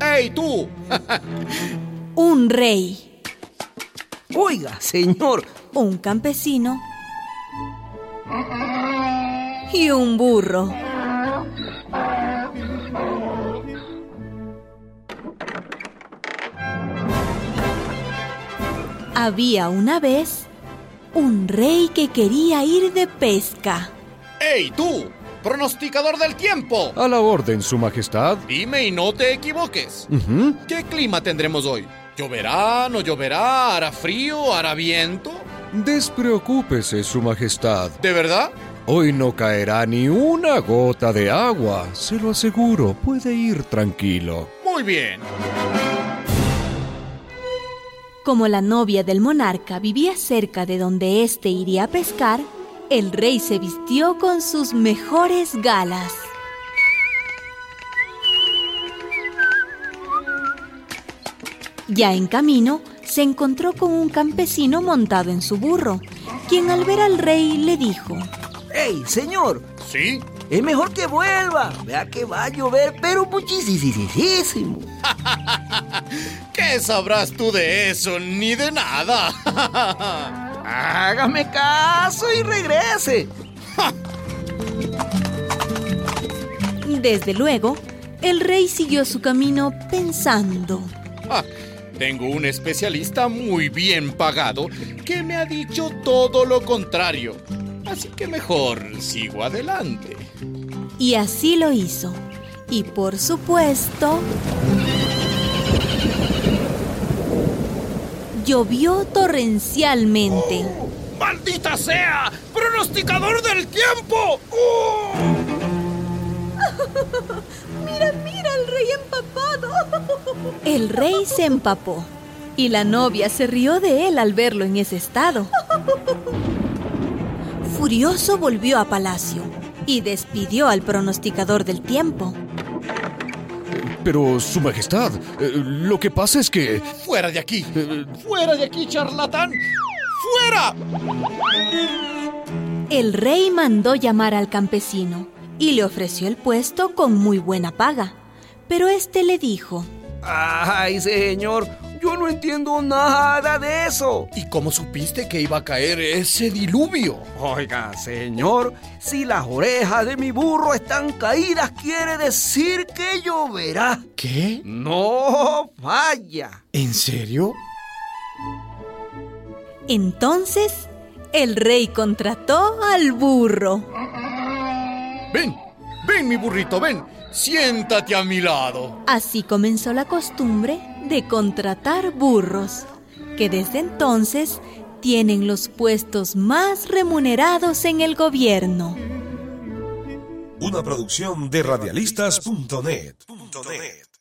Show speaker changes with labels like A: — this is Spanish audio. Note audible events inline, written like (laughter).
A: rey, tú!
B: Un rey,
C: Oiga, señor,
B: un campesino y un burro. Había una vez un rey que quería ir de pesca.
A: ¡Ey, tú! ¡Pronosticador del tiempo!
D: A la orden, Su Majestad.
A: Dime y no te equivoques.
D: Ujú.
A: ¿Qué clima tendremos hoy? ¿Lloverá, no lloverá? ¿Hará frío? ¿Hará viento?
D: Despreocúpese, Su Majestad.
A: ¿De verdad?
D: Hoy no caerá ni una gota de agua. Se lo aseguro, puede ir tranquilo.
A: Muy bien.
B: Como la novia del monarca vivía cerca de donde éste iría a pescar, el rey se vistió con sus mejores galas. Ya en camino, se encontró con un campesino montado en su burro, quien al ver al rey le dijo,
C: hey, señor,
A: ¿Sí?
C: es mejor que vuelva. Vea que va a llover, pero muchísimo.
A: ¿Qué sabrás tú de eso? Ni de nada. (laughs)
C: Hágame caso y regrese.
B: desde luego, el rey siguió su camino pensando.
A: Ah, Tengo un especialista muy bien pagado que me ha dicho todo lo contrario. Así que mejor sigo adelante.
B: Y así lo hizo. Y por supuesto... Llovió torrencialmente.
A: ¡Maldita sea! ¡Pronosticador del tiempo! ¡Oh!
B: Mira, mira, el rey empapado. (laughs) El rey se empapó. Y la novia se rió de él al verlo en ese (laughs) estado. Furioso volvió a palacio y despidió al pronosticador del tiempo.
D: Pero, Su Majestad, eh, lo que pasa es que...
A: ¡Fuera de aquí! ¡Fuera de aquí, charlatán! ¡Fuera!
B: El rey mandó llamar al campesino y le ofreció el puesto con muy buena paga. Pero este le dijo,
C: Ay, señor, yo no entiendo nada de eso.
A: ¿Y cómo supiste que iba a caer ese diluvio?
C: Oiga, señor, si las orejas de mi burro están caídas, quiere decir que lloverá.
E: ¿Qué?
C: No vaya.
E: ¿En serio?
B: entonces el rey contrató al burro.
A: Ven, ven, mi burrito, ven. Siéntate a mi lado.
B: Así comenzó la costumbre de contratar burros, que desde entonces tienen los puestos más remunerados en el gobierno.
F: Una producción de radialistas.net.